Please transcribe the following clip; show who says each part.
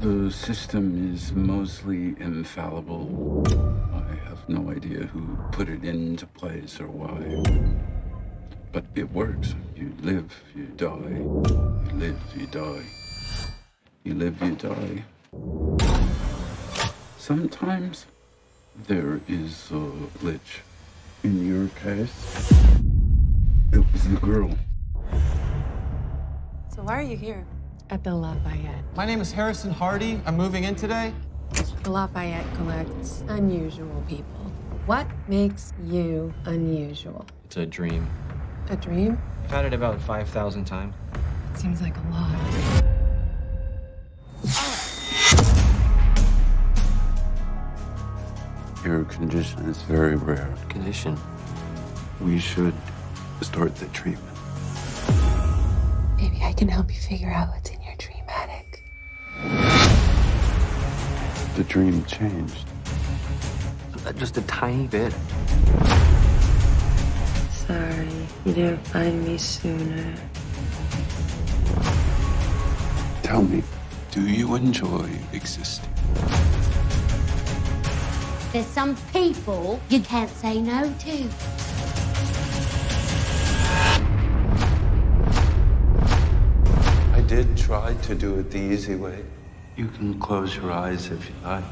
Speaker 1: The system is mostly infallible. I have no idea who put it into place or why. But it works. You live, you die. You live, you die. You live, you die. Sometimes there is a glitch. In your case, it was the girl.
Speaker 2: So why are you here?
Speaker 3: At the Lafayette.
Speaker 4: My name is Harrison Hardy. I'm moving in today.
Speaker 3: The Lafayette collects unusual people. What makes you unusual?
Speaker 5: It's a dream.
Speaker 3: A dream?
Speaker 5: I've had it about 5,000 times.
Speaker 3: Seems like a lot.
Speaker 1: Your condition is very rare.
Speaker 5: Condition?
Speaker 1: We should start the treatment.
Speaker 3: Maybe I can help you figure out what's in your dream attic.
Speaker 1: The dream changed.
Speaker 5: Just a tiny bit.
Speaker 6: Sorry, you didn't find me sooner.
Speaker 1: Tell me, do you enjoy existing?
Speaker 7: There's some people you can't say no to.
Speaker 1: I did try to do it the easy way. You can close your eyes if you like.